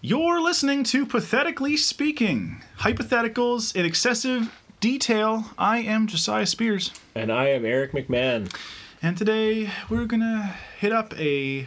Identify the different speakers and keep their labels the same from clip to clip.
Speaker 1: You're listening to Pathetically Speaking Hypotheticals in Excessive Detail. I am Josiah Spears,
Speaker 2: And I am Eric McMahon.
Speaker 1: and today we're gonna hit up a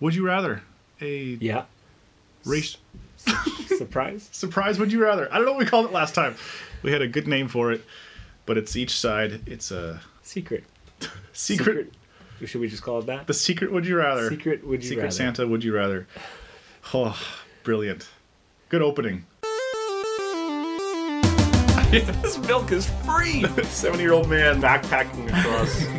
Speaker 1: Would You Rather? A
Speaker 2: Yeah.
Speaker 1: race
Speaker 2: Surprise?
Speaker 1: surprise Would You Rather? I don't know what we called it last time. We had a good name for it, but it's each side. It's a
Speaker 2: Secret.
Speaker 1: secret.
Speaker 2: Should we just call it that?
Speaker 1: The secret Would You Rather?
Speaker 2: Secret would you
Speaker 1: Secret
Speaker 2: rather?
Speaker 1: Santa Would You Rather? Oh, brilliant. Good opening.
Speaker 3: This milk is free.
Speaker 4: 70 year old man backpacking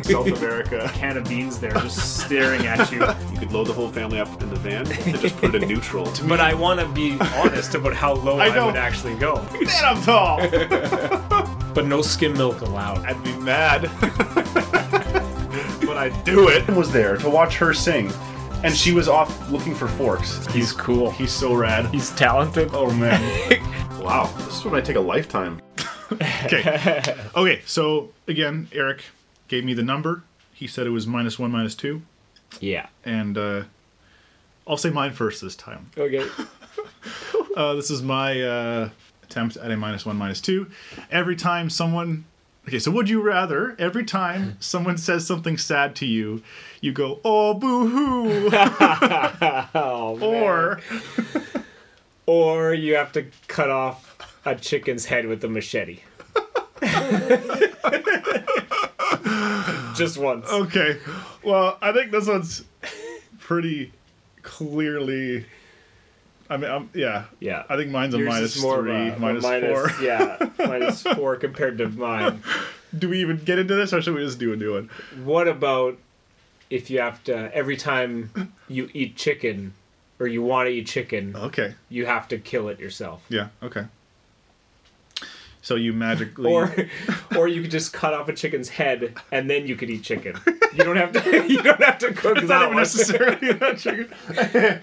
Speaker 4: across South America.
Speaker 3: Can of beans there, just staring at you.
Speaker 4: You could load the whole family up in the van and just put it in neutral.
Speaker 3: But I want to be honest about how low
Speaker 1: I
Speaker 3: I,
Speaker 1: know.
Speaker 3: would actually go.
Speaker 1: Man, I'm tall!
Speaker 3: But no skim milk allowed.
Speaker 4: I'd be mad. but I'd do it. Was there to watch her sing, and she was off looking for forks.
Speaker 3: He's cool.
Speaker 4: He's so rad.
Speaker 3: He's talented.
Speaker 4: Oh man. wow. This one might take a lifetime.
Speaker 1: Okay. Okay, so again, Eric gave me the number. He said it was minus one, minus two.
Speaker 2: Yeah.
Speaker 1: And uh, I'll say mine first this time.
Speaker 2: Okay.
Speaker 1: Uh, this is my uh, attempt at a minus one, minus two. Every time someone. Okay, so would you rather every time someone says something sad to you, you go, oh, boo hoo?
Speaker 2: Oh, man.
Speaker 1: or
Speaker 2: Or you have to cut off a chicken's head with a machete. just once.
Speaker 3: Oh.
Speaker 1: Okay. Well, I think this one's pretty clearly. I mean, I'm, yeah.
Speaker 2: Yeah.
Speaker 1: I think mine's a
Speaker 2: Yours
Speaker 1: minus
Speaker 2: is more of
Speaker 1: three,
Speaker 2: a- a
Speaker 1: minus
Speaker 2: minus-
Speaker 1: four.
Speaker 2: Yeah, minus four compared to mine.
Speaker 1: Do we even get into this, or should we just do a new one?
Speaker 2: What about if you have to every time you eat chicken or you want to eat chicken,
Speaker 1: Okay.
Speaker 2: you have to kill it yourself?
Speaker 1: Yeah. Okay. So you magically.
Speaker 2: Or, or you could just cut off a chicken's head and then you could eat chicken. You don't have to. You don't have to cook
Speaker 1: not
Speaker 2: that
Speaker 1: even
Speaker 2: one.
Speaker 1: necessarily that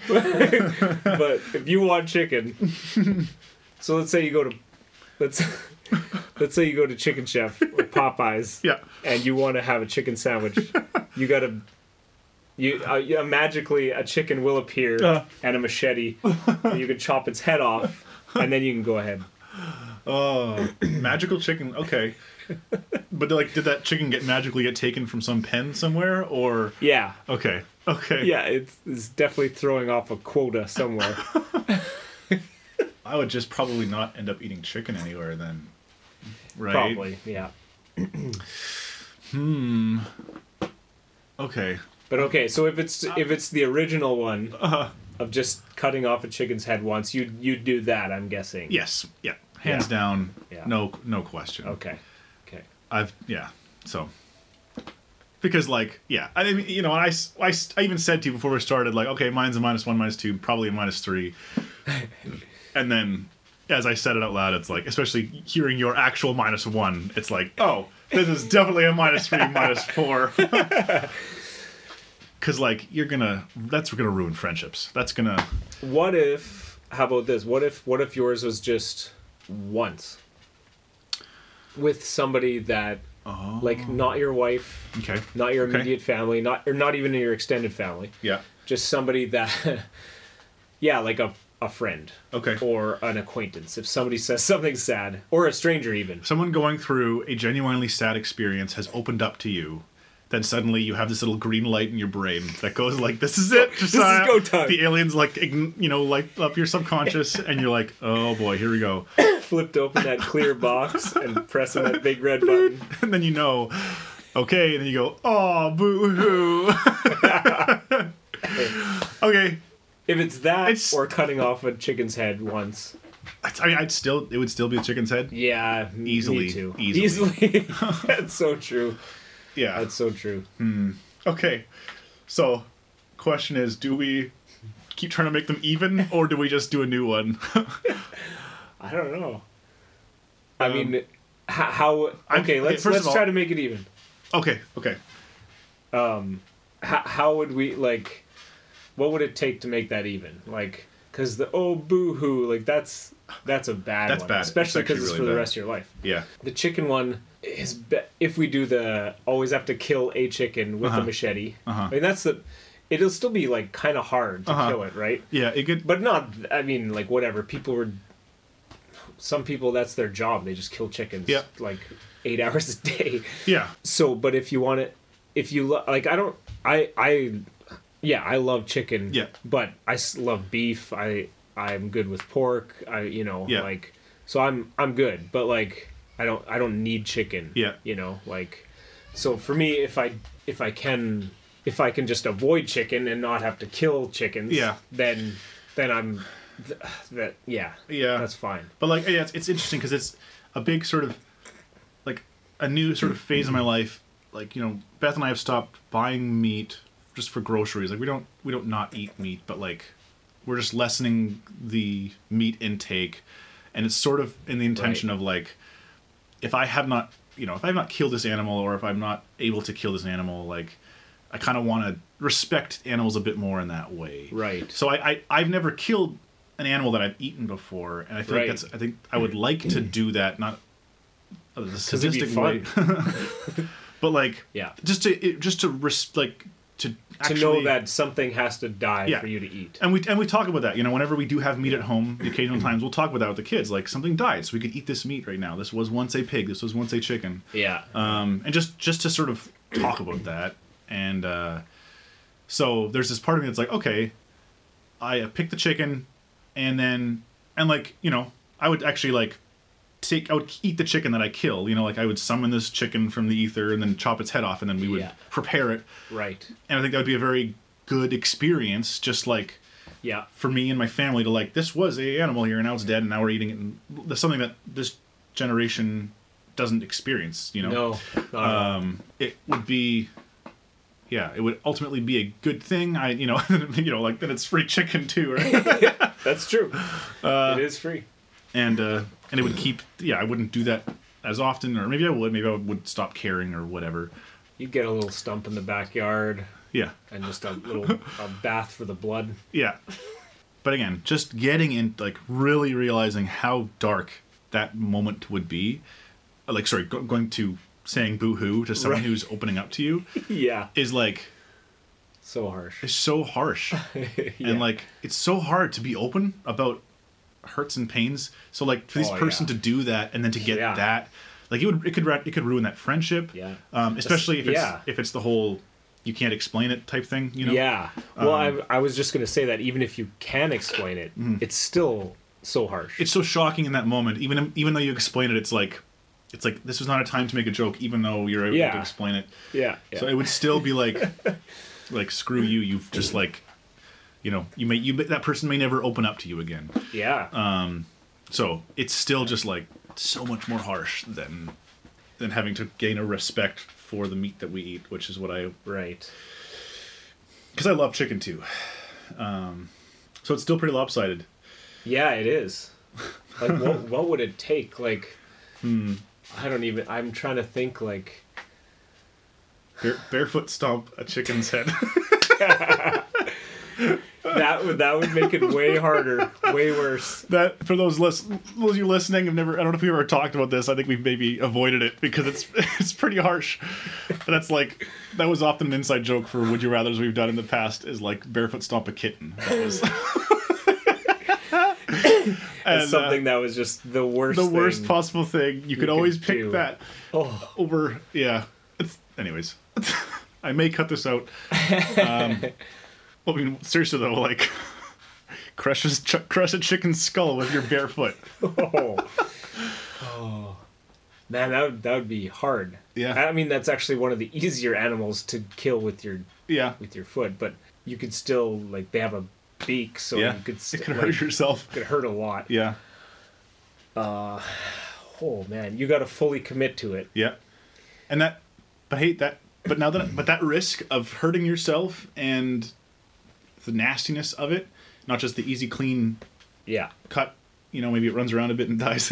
Speaker 1: trigger.
Speaker 2: But if you want chicken, so let's say you go to, let's, let's say you go to Chicken Chef or Popeyes.
Speaker 1: Yeah.
Speaker 2: and you want to have a chicken sandwich, you gotta. You, uh, you- magically a chicken will appear
Speaker 1: Uh.
Speaker 2: and a machete. and you can chop its head off, and then you can go ahead.
Speaker 1: Oh, magical chicken. Okay. But like, did that chicken get magically get taken from some pen somewhere, or
Speaker 2: Yeah,
Speaker 1: okay, okay?
Speaker 2: yeah, it's, it's definitely throwing off a quota somewhere.
Speaker 1: I would just probably not end up eating chicken anywhere then, right?
Speaker 2: Probably, yeah.
Speaker 1: Okay.
Speaker 2: But okay, so if
Speaker 1: Uh,
Speaker 2: it's if it's the original one
Speaker 1: uh-huh.
Speaker 2: of just cutting off a chicken's head once, you you do that, I'm guessing.
Speaker 1: Yes. Yeah. Hands down.
Speaker 2: Yeah.
Speaker 1: No. No question.
Speaker 2: Okay. Okay.
Speaker 1: I've yeah. So. Because like yeah, I mean you know I, s- I s- I even said to you before we started like okay mine's a minus one minus two probably a minus three, and then as I said it out loud it's like especially hearing your actual minus one it's like oh this is definitely a minus three minus four. Because like you're gonna that's gonna ruin friendships that's gonna
Speaker 2: What if? How about this? What if? What if yours was just once with somebody that, like, not your wife,
Speaker 1: okay
Speaker 2: not your
Speaker 1: Oh. Okay.
Speaker 2: immediate family, not or not even your extended family,
Speaker 1: yeah
Speaker 2: just somebody that, yeah, like a a friend,
Speaker 1: Okay.
Speaker 2: or an acquaintance. If somebody says something sad, or a stranger even,
Speaker 1: someone going through a genuinely sad experience has opened up to you, then suddenly you have this little green light in your brain that goes like, "This is it, this
Speaker 2: is go time.
Speaker 1: The aliens like ign- you know light up your subconscious, and you're like, "Oh boy, here we go."
Speaker 2: flipped open that clear box and pressing that big red button.
Speaker 1: And then you know, okay, and then you go, "Oh boo hoo." okay,
Speaker 2: If it's that
Speaker 1: It's-
Speaker 2: or cutting off a chicken's head once,
Speaker 1: I, I mean, I'd still it would still be a chicken's head.
Speaker 2: yeah, m- me
Speaker 1: Easily,
Speaker 2: too.
Speaker 1: easily.
Speaker 2: easily. That's so true.
Speaker 1: Yeah.
Speaker 2: That's so true.
Speaker 1: Okay, so question is, do we keep trying to make them even, or do we just do a new one?
Speaker 2: I don't know. I mean, h- how? Okay, let's
Speaker 1: Um, first of
Speaker 2: let's
Speaker 1: all-
Speaker 2: try to make it even.
Speaker 1: okay, okay.
Speaker 2: H- how would we like? What would it take to make that even? Like, because the oh boo hoo, like that's that's a bad
Speaker 1: That's
Speaker 2: one,
Speaker 1: bad. It's
Speaker 2: especially because
Speaker 1: actually
Speaker 2: it's,
Speaker 1: really
Speaker 2: for the
Speaker 1: bad.
Speaker 2: rest of your life.
Speaker 1: Yeah.
Speaker 2: The chicken one is be- if we do the always have to kill a chicken with a machete. I mean that's the it'll still be like kind of hard to
Speaker 1: Uh-huh.
Speaker 2: kill it, right?
Speaker 1: Yeah, it could.
Speaker 2: But not. I mean, like whatever. People were. Some people that's their job. They just kill chickens.
Speaker 1: Yeah.
Speaker 2: Like eight hours a day.
Speaker 1: yeah,
Speaker 2: So, but if you want it, if you lo- like, I don't. I I. Yeah, I love chicken.
Speaker 1: Yeah.
Speaker 2: But I s- love beef. I I'm good with pork. I you know
Speaker 1: Yeah.
Speaker 2: like so I'm I'm good. But like I don't I don't need chicken.
Speaker 1: Yeah.
Speaker 2: You know like so for me if I if I can if I can just avoid chicken and not have to kill chickens.
Speaker 1: Yeah.
Speaker 2: Then then I'm th- that yeah
Speaker 1: Yeah.
Speaker 2: that's fine.
Speaker 1: but like yeah, it's, it's interesting because it's a big sort of like a new sort of phase in my life. Like you know, Beth and I have stopped buying meat just for groceries. Like we don't we don't not eat meat, but like we're just lessening the meat intake, and it's sort of in the intention of like if I have not you know if I've not killed this animal or if I'm not able to kill this animal, like I kind of want to respect animals a bit more in that way.
Speaker 2: Right.
Speaker 1: So I, I I've never killed an animal that I've eaten before, and I feel
Speaker 2: Right.
Speaker 1: like that's I think I would like to do that, not uh, the
Speaker 2: it'd be
Speaker 1: sadistic way, but like
Speaker 2: Yeah.
Speaker 1: just to it, just to res- like to actually,
Speaker 2: to know that something has to die
Speaker 1: Yeah.
Speaker 2: for you to eat.
Speaker 1: And we and we talk about that. You know, whenever we do have meat at home, the occasional times we'll talk about that with the kids. Like something died, so we could eat this meat right now. This was once a pig. This was once a chicken.
Speaker 2: Yeah.
Speaker 1: Um, and just just to sort of talk about that. And uh, so there's this part of me that's like, okay, I uh, pick the chicken, and then and like you know, I would actually like take I would eat the chicken that I kill. You know, like I would summon this chicken from the ether and then chop its head off, and then we would
Speaker 2: Yeah.
Speaker 1: prepare it.
Speaker 2: right.
Speaker 1: And I think that would be a very good experience. Just like
Speaker 2: Yeah.
Speaker 1: for me and my family to like this was a animal here and now it's dead and now we're eating it and that's something that this generation doesn't experience you know
Speaker 2: No. Not at all.
Speaker 1: um it would be yeah it would ultimately be a good thing i you know you know like that it's free chicken too right
Speaker 2: That's true.
Speaker 1: uh,
Speaker 2: it is free.
Speaker 1: and uh and it would keep yeah i wouldn't do that as often or maybe i would maybe i would stop caring or whatever
Speaker 2: You get a little stump in the backyard
Speaker 1: yeah
Speaker 2: and just a little a bath for the blood.
Speaker 1: Yeah. But again, just getting in, like, really realizing how dark that moment would be. uh, Like, sorry, go- going to saying boo hoo to someone
Speaker 2: Right.
Speaker 1: who's opening up to you
Speaker 2: Yeah.
Speaker 1: is like,
Speaker 2: So harsh.
Speaker 1: is so harsh.
Speaker 2: Yeah.
Speaker 1: And like, it's so hard to be open about hurts and pains. So, like, for this
Speaker 2: Oh,
Speaker 1: person
Speaker 2: yeah.
Speaker 1: to do that and then to get
Speaker 2: Yeah.
Speaker 1: that, like, it would, it could, ra- it could ruin that friendship.
Speaker 2: Yeah.
Speaker 1: Um, especially if it's,
Speaker 2: yeah.
Speaker 1: if it's the whole you can't explain it type thing, you know?
Speaker 2: yeah. Well,
Speaker 1: Um,
Speaker 2: I, I was just gonna say that even if you can explain it, it's still so harsh.
Speaker 1: Mm-hmm. it's so shocking in that moment. Even even though you explain it, it's like it's like this was not a time to make a joke, even though you're able to
Speaker 2: Yeah.
Speaker 1: explain it.
Speaker 2: yeah. yeah.
Speaker 1: So it would still be like like screw you. You've just like you know you may you may- that person may never open up to you again.
Speaker 2: yeah.
Speaker 1: Uh, So it's still just like so much more harsh than than having to gain a respect for the meat that we eat, which is what I
Speaker 2: right.
Speaker 1: because I love chicken too. Um, so it's still pretty lopsided.
Speaker 2: Yeah, it is. Like, what what would it take? Like,
Speaker 1: Hmm.
Speaker 2: I don't even. I'm trying to think. Like,
Speaker 1: Bare, barefoot stomp a chicken's head.
Speaker 2: that would that would make it way harder, way worse.
Speaker 1: that for those list those of you listening have never I don't know if we've ever talked about this. I think we've maybe avoided it because it's it's pretty harsh. But that's like that was often an inside joke for Would You Rather's we've done in the past is like barefoot stomp a kitten. That was And, uh,
Speaker 2: something that was just the worst.
Speaker 1: the worst
Speaker 2: thing.
Speaker 1: possible thing. You, could
Speaker 2: could
Speaker 1: always pick
Speaker 2: do.
Speaker 1: that
Speaker 2: Oh,
Speaker 1: over yeah. It's anyways. I may cut this out. Um, well, I mean, seriously though, like crush a, ch- crush a chicken's skull with your bare foot.
Speaker 2: oh. man, that would, that would be hard.
Speaker 1: Yeah.
Speaker 2: I mean that's actually one of the easier animals to kill with your
Speaker 1: Yeah,
Speaker 2: with your foot, but you could still like they have a beak, so
Speaker 1: yeah.
Speaker 2: you could still,
Speaker 1: it can
Speaker 2: like,
Speaker 1: hurt yourself.
Speaker 2: could hurt a lot.
Speaker 1: Yeah.
Speaker 2: Oh man, you got to fully commit to it.
Speaker 1: Yeah. And that but hey that but now that but that risk of hurting yourself and the nastiness of it, not just the easy clean
Speaker 2: Yeah.
Speaker 1: cut, you know, maybe it runs around a bit and dies.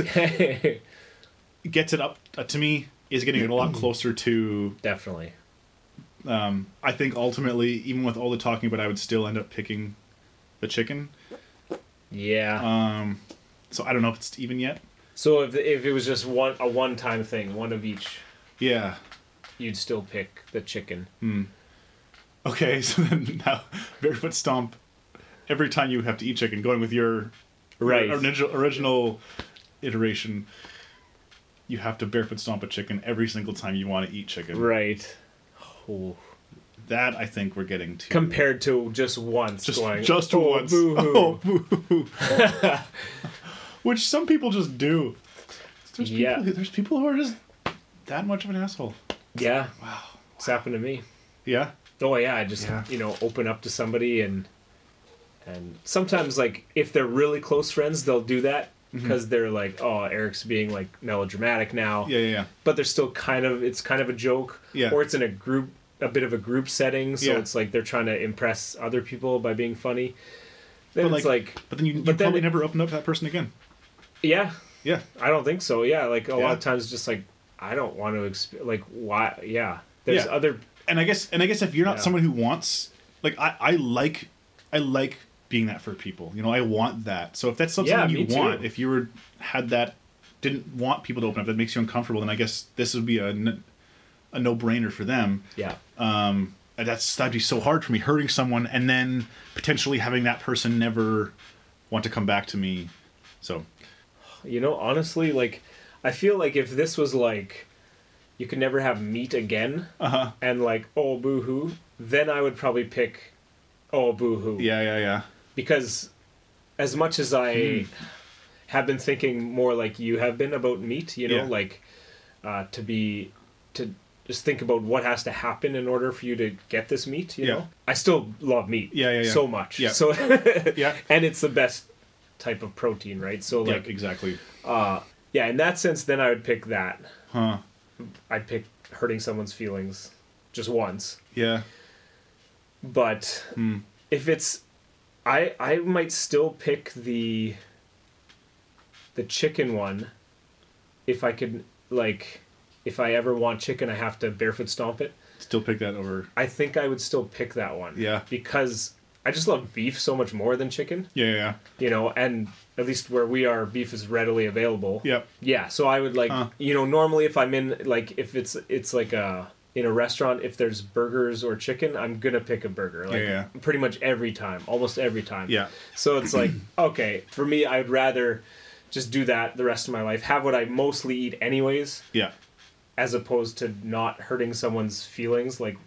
Speaker 1: gets it up uh, to me is getting it a lot closer to
Speaker 2: Definitely.
Speaker 1: I think ultimately even with all the talking but I would still end up picking the chicken.
Speaker 2: Yeah.
Speaker 1: Uh. So I don't know if it's even yet.
Speaker 2: so if if it was just one a one time thing, one of each,
Speaker 1: Yeah.
Speaker 2: you'd still pick the chicken.
Speaker 1: Okay, so then now barefoot stomp. Every time you have to eat chicken, going with your
Speaker 2: Right.
Speaker 1: original, original iteration, you have to barefoot stomp a chicken every single time you want to eat chicken.
Speaker 2: Right. Oh.
Speaker 1: That I think we're getting to
Speaker 3: compared to just once
Speaker 1: just
Speaker 3: going
Speaker 1: just
Speaker 3: oh,
Speaker 1: once.
Speaker 3: boo-hoo."
Speaker 1: Oh, boo-hoo. Which some people just do. There's
Speaker 2: Yeah.
Speaker 1: people, who- there's people who are just that much of an asshole.
Speaker 2: Yeah. Wow. It's happened to me.
Speaker 1: Yeah.
Speaker 2: Oh yeah, I just
Speaker 1: Yeah.
Speaker 2: you know open up to somebody and and sometimes like if they're really close friends, they'll do that
Speaker 1: Mm-hmm.
Speaker 2: because they're like, oh, Eric's being like melodramatic now.
Speaker 1: Yeah, yeah, yeah.
Speaker 2: But they're still kind of it's kind of a joke.
Speaker 1: Yeah.
Speaker 2: Or it's in a group, a bit of a group setting, so
Speaker 1: Yeah.
Speaker 2: it's like they're trying to impress other people by being funny. Then
Speaker 1: But
Speaker 2: it's
Speaker 1: like-
Speaker 2: like,
Speaker 1: But then you, you
Speaker 2: But then
Speaker 1: probably
Speaker 2: it-
Speaker 1: never open up to that person again.
Speaker 2: yeah,
Speaker 1: Yeah.
Speaker 2: I don't think so. Yeah, like a
Speaker 1: Yeah.
Speaker 2: lot of times, just like I don't want to exp- like why? Yeah, there's
Speaker 1: Yeah.
Speaker 2: other
Speaker 1: and I guess and I guess if you're not
Speaker 2: Yeah.
Speaker 1: someone who wants like I, I like I like being that for people. You know, I want that. So if that's something
Speaker 2: Yeah,
Speaker 1: you
Speaker 2: me too.
Speaker 1: want, if you were had that didn't want people to open up, that makes you uncomfortable, then I guess this would be a n- a no-brainer for them.
Speaker 2: yeah.
Speaker 1: And that's that'd be so hard for me hurting someone and then potentially having that person never want to come back to me. So,
Speaker 2: You know, honestly, like I feel like if this was like you could never have meat again
Speaker 1: Uh-huh.
Speaker 2: and like oh boo hoo, then I would probably pick oh boo hoo.
Speaker 1: yeah, yeah, yeah.
Speaker 2: Because as much as I
Speaker 1: Hmm.
Speaker 2: have been thinking more like you have been about meat, you know,
Speaker 1: Yeah.
Speaker 2: like uh, to be to just think about what has to happen in order for you to get this meat, you
Speaker 1: Yeah.
Speaker 2: know. I still love meat
Speaker 1: Yeah, yeah, yeah.
Speaker 2: so much.
Speaker 1: Yeah.
Speaker 2: So
Speaker 1: Yeah.
Speaker 2: and it's the best type of protein, right? So like
Speaker 1: yeah, exactly.
Speaker 2: yeah, in that sense, then I would pick that.
Speaker 1: Huh.
Speaker 2: I'd pick hurting someone's feelings just once.
Speaker 1: Yeah.
Speaker 2: But
Speaker 1: Hmm.
Speaker 2: if it's, I I might still pick the. The chicken one. If I could like, if I ever want chicken, I have to barefoot stomp it.
Speaker 1: Still pick that over.
Speaker 2: I think I would still pick that one.
Speaker 1: Yeah.
Speaker 2: Because I just love beef so much more than chicken,
Speaker 1: Yeah, yeah, yeah.
Speaker 2: you know, and at least where we are, beef is readily available.
Speaker 1: Yep.
Speaker 2: Yeah, so I would like
Speaker 1: Huh.
Speaker 2: you know normally if I'm in like if it's it's like a in a restaurant if there's burgers or chicken I'm gonna pick a burger like
Speaker 1: Yeah,
Speaker 2: pretty much every time almost every time
Speaker 1: Yeah.
Speaker 2: so it's like okay for me I'd rather just do that the rest of my life have what I mostly eat anyways
Speaker 1: Yeah.
Speaker 2: as opposed to not hurting someone's feelings like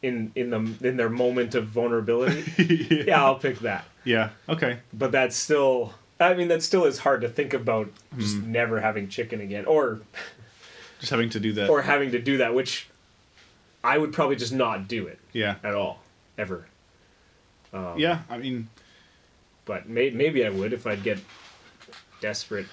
Speaker 2: in in the in their moment of vulnerability
Speaker 1: yeah.
Speaker 2: yeah I'll pick that
Speaker 1: Yeah. Okay.
Speaker 2: but that's still I mean that still is hard to think about just
Speaker 1: Hmm.
Speaker 2: never having chicken again or
Speaker 1: Just having to do that.
Speaker 2: or having to do that which I would probably just not do it
Speaker 1: yeah.
Speaker 2: at all ever Um,
Speaker 1: Yeah, I mean,
Speaker 2: but may, maybe I would if I'd get desperate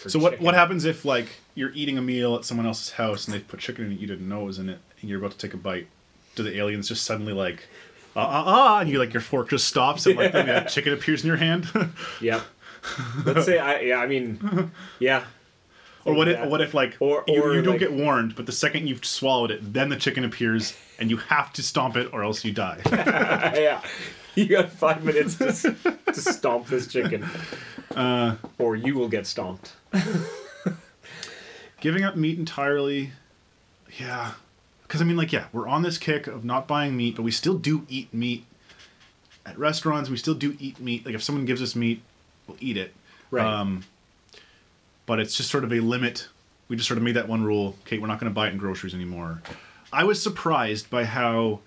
Speaker 2: for
Speaker 1: so what
Speaker 2: chicken.
Speaker 1: what happens if like you're eating a meal at someone else's house and they've put chicken in it you didn't know was in it and you're about to take a bite? Do the aliens just suddenly like ah ah ah and you like your fork just stops and like then that chicken appears in your hand?
Speaker 2: yep let's say I yeah I mean yeah
Speaker 1: or what if
Speaker 2: Yeah.
Speaker 1: what if like
Speaker 2: Or-
Speaker 1: you,
Speaker 2: or,
Speaker 1: you don't
Speaker 2: like-
Speaker 1: get warned, but the second you've swallowed it, then the chicken appears and you have to stomp it or else you die.
Speaker 2: yeah you got five minutes to, s- to stomp this chicken
Speaker 1: Uh.
Speaker 2: or you will get stomped
Speaker 1: Giving up meat entirely, yeah. Because I mean, like, yeah, we're on this kick of not buying meat, but we still do eat meat at restaurants. We still do eat meat. Like, if someone gives us meat, we'll eat it.
Speaker 2: right
Speaker 1: Um, but it's just sort of a limit. We just sort of made that one rule. Okay, we're not going to buy it in groceries anymore. I was surprised by how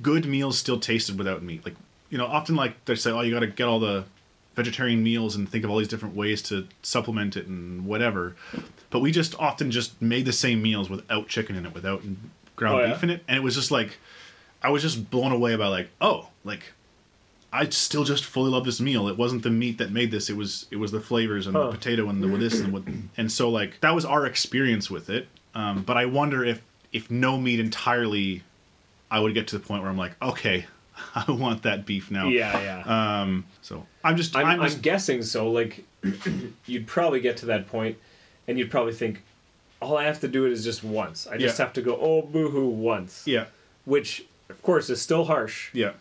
Speaker 1: good meals still tasted without meat. Like, you know, often like they say, oh, you got to get all the vegetarian meals and think of all these different ways to supplement it and whatever. But we just often just made the same meals without chicken in it, without ground
Speaker 2: Oh, yeah?
Speaker 1: beef in it, and it was just like, I was just blown away by like, oh, like I still just fully love this meal. It wasn't the meat that made this. It was it was the flavors and
Speaker 2: Huh.
Speaker 1: the potato and the this and what and so like that was our experience with it. Um, but I wonder if if no meat entirely, I would get to the point where I'm like, okay, I want that beef now.
Speaker 2: yeah yeah
Speaker 1: Um. So I'm just I'm,
Speaker 2: I'm, I'm,
Speaker 1: just
Speaker 2: guessing so. Like, you'd probably get to that point, and you'd probably think, all I have to do it is just once. I just
Speaker 1: Yeah.
Speaker 2: have to go, oh, boo-hoo, once.
Speaker 1: yeah
Speaker 2: Which, of course, is still harsh,
Speaker 1: yeah.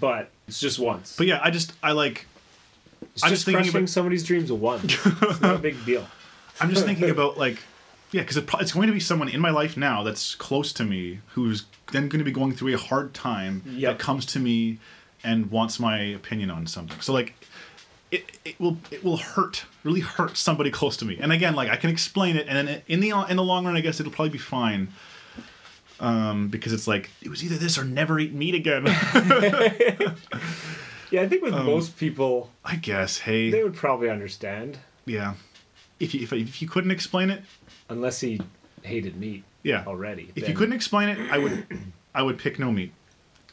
Speaker 2: but it's just once.
Speaker 1: But yeah, I just I like
Speaker 2: it's
Speaker 1: I'm
Speaker 2: just
Speaker 1: just thinking
Speaker 2: crushing
Speaker 1: about-
Speaker 2: somebody's dreams once. it's not a big deal.
Speaker 1: I'm just thinking about like Yeah, because it pro- it's going to be someone in my life now that's close to me who's then going to be going through a hard time
Speaker 2: Yep.
Speaker 1: that comes to me and wants my opinion on something. So like, it, it will it will hurt really hurt somebody close to me. And again, like I can explain it, and then in the in the long run, I guess it'll probably be fine. Um, because it's like it was either this or never eat meat again.
Speaker 2: Yeah, I think
Speaker 1: Um,
Speaker 2: with most people,
Speaker 1: I guess. Hey,
Speaker 2: they would probably understand,
Speaker 1: yeah. If you if, if you couldn't explain it,
Speaker 2: unless he hated meat
Speaker 1: yeah.
Speaker 2: already.
Speaker 1: If you
Speaker 2: then-
Speaker 1: couldn't explain it, I would I would pick no meat.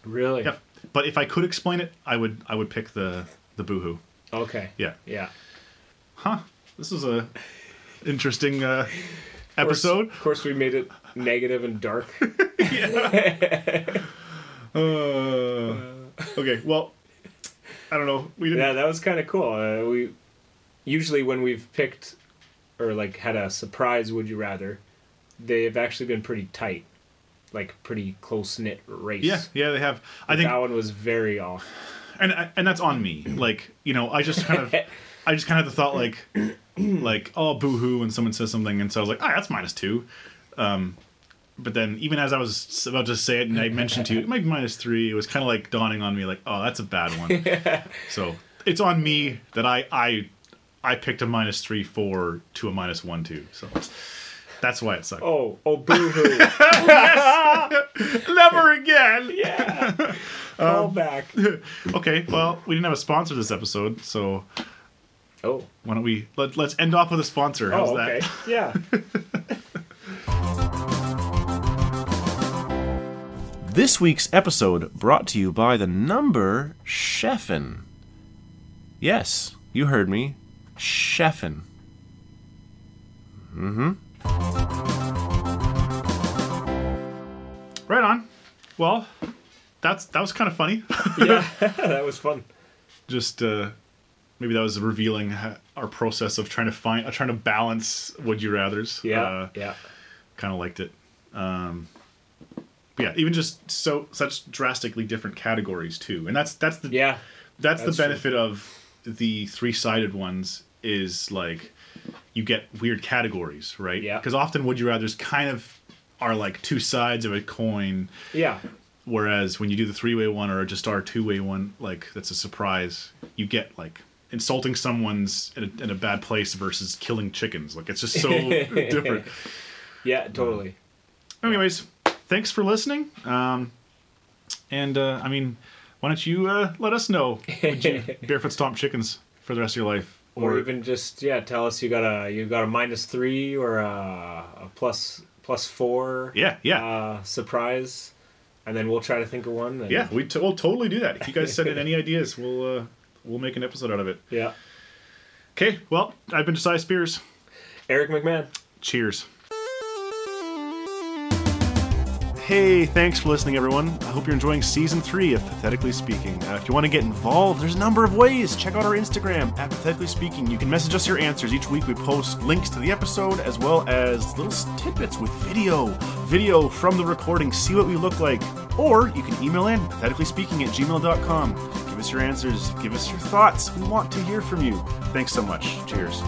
Speaker 2: really,
Speaker 1: Yep. But if I could explain it, I would I would pick the the boohoo.
Speaker 2: okay,
Speaker 1: Yeah.
Speaker 2: yeah.
Speaker 1: Huh. This is a interesting uh,
Speaker 2: Of course-
Speaker 1: episode.
Speaker 2: Of course, we made it negative and dark.
Speaker 1: Uh, okay. Well, I don't know. We didn't.
Speaker 2: yeah, that was kind of cool. Uh, we usually when we've picked or like had a surprise, would you rather? They've actually been pretty tight, like pretty close knit race.
Speaker 1: Yeah. Yeah. They have. I think,
Speaker 2: that one was very off.
Speaker 1: and I- and that's on me. Like you know, I just kind of. I just kind of had the thought like, like oh boohoo when someone says something, and so I was like, ah, that's minus two. Um, but then even as I was about to say it, and I mentioned to you, it might be minus three. It was kind of like dawning on me, like, oh, that's a bad one. So it's on me that I I I picked a minus three four to a minus one two. So that's why it sucked.
Speaker 2: Oh, oh, boo hoo!
Speaker 1: Um, Never again.
Speaker 2: Call back.
Speaker 1: Okay, well we didn't have a sponsor this episode, so
Speaker 2: Oh,
Speaker 1: why don't we let, let's end off with a sponsor? How's
Speaker 2: oh,
Speaker 1: that?
Speaker 2: okay, yeah.
Speaker 5: This week's episode brought to you by the number Sheffin. Yes, you heard me. Sheffin.
Speaker 1: Right on. Well, that's that was kind of funny.
Speaker 2: that was fun.
Speaker 1: Just uh, maybe that was revealing ha- our process of trying to find, uh, trying to balance would you rather's.
Speaker 2: Yeah,
Speaker 1: uh,
Speaker 2: yeah.
Speaker 1: kind of liked it. Um, but yeah, even just so such drastically different categories too, and that's that's the
Speaker 2: Yeah.
Speaker 1: that's,
Speaker 2: that's
Speaker 1: the
Speaker 2: true.
Speaker 1: benefit of the three sided ones is like you get weird categories, right?
Speaker 2: Yeah.
Speaker 1: Because often would you rather's kind of are like two sides of a coin.
Speaker 2: Yeah.
Speaker 1: Whereas when you do the three way one or just our two way one, like that's a surprise. You get like insulting someone's in a, in a bad place versus killing chickens. Like it's just so different.
Speaker 2: Yeah, totally.
Speaker 1: Anyways, thanks for listening. Um, and uh, I mean, why don't you uh, let us know would you barefoot stomp chickens for the rest of your life?
Speaker 2: Or, even just yeah, tell us you got a you got a minus three or a, a plus plus four.
Speaker 1: yeah, yeah,
Speaker 2: Uh, surprise, and then we'll try to think of one. and-
Speaker 1: yeah. We t- we'll totally do that. If you guys send in any ideas, we'll uh, we'll make an episode out of it.
Speaker 2: Yeah.
Speaker 1: Okay. Well, I've been Josiah Spears.
Speaker 2: Eric McMahon.
Speaker 1: Cheers. Hey, thanks for listening, everyone. I hope you're enjoying season three of Pathetically Speaking. Uh, if you want to get involved, there's a number of ways. Check out our Instagram at Pathetically Speaking. You can message us your answers. Each week we post links to the episode as well as little tidbits with video, video from the recording. See what we look like. Or you can email in patheticallyspeaking at gmail.com. Give us your answers, give us your thoughts. We want to hear from you. Thanks so much. Cheers.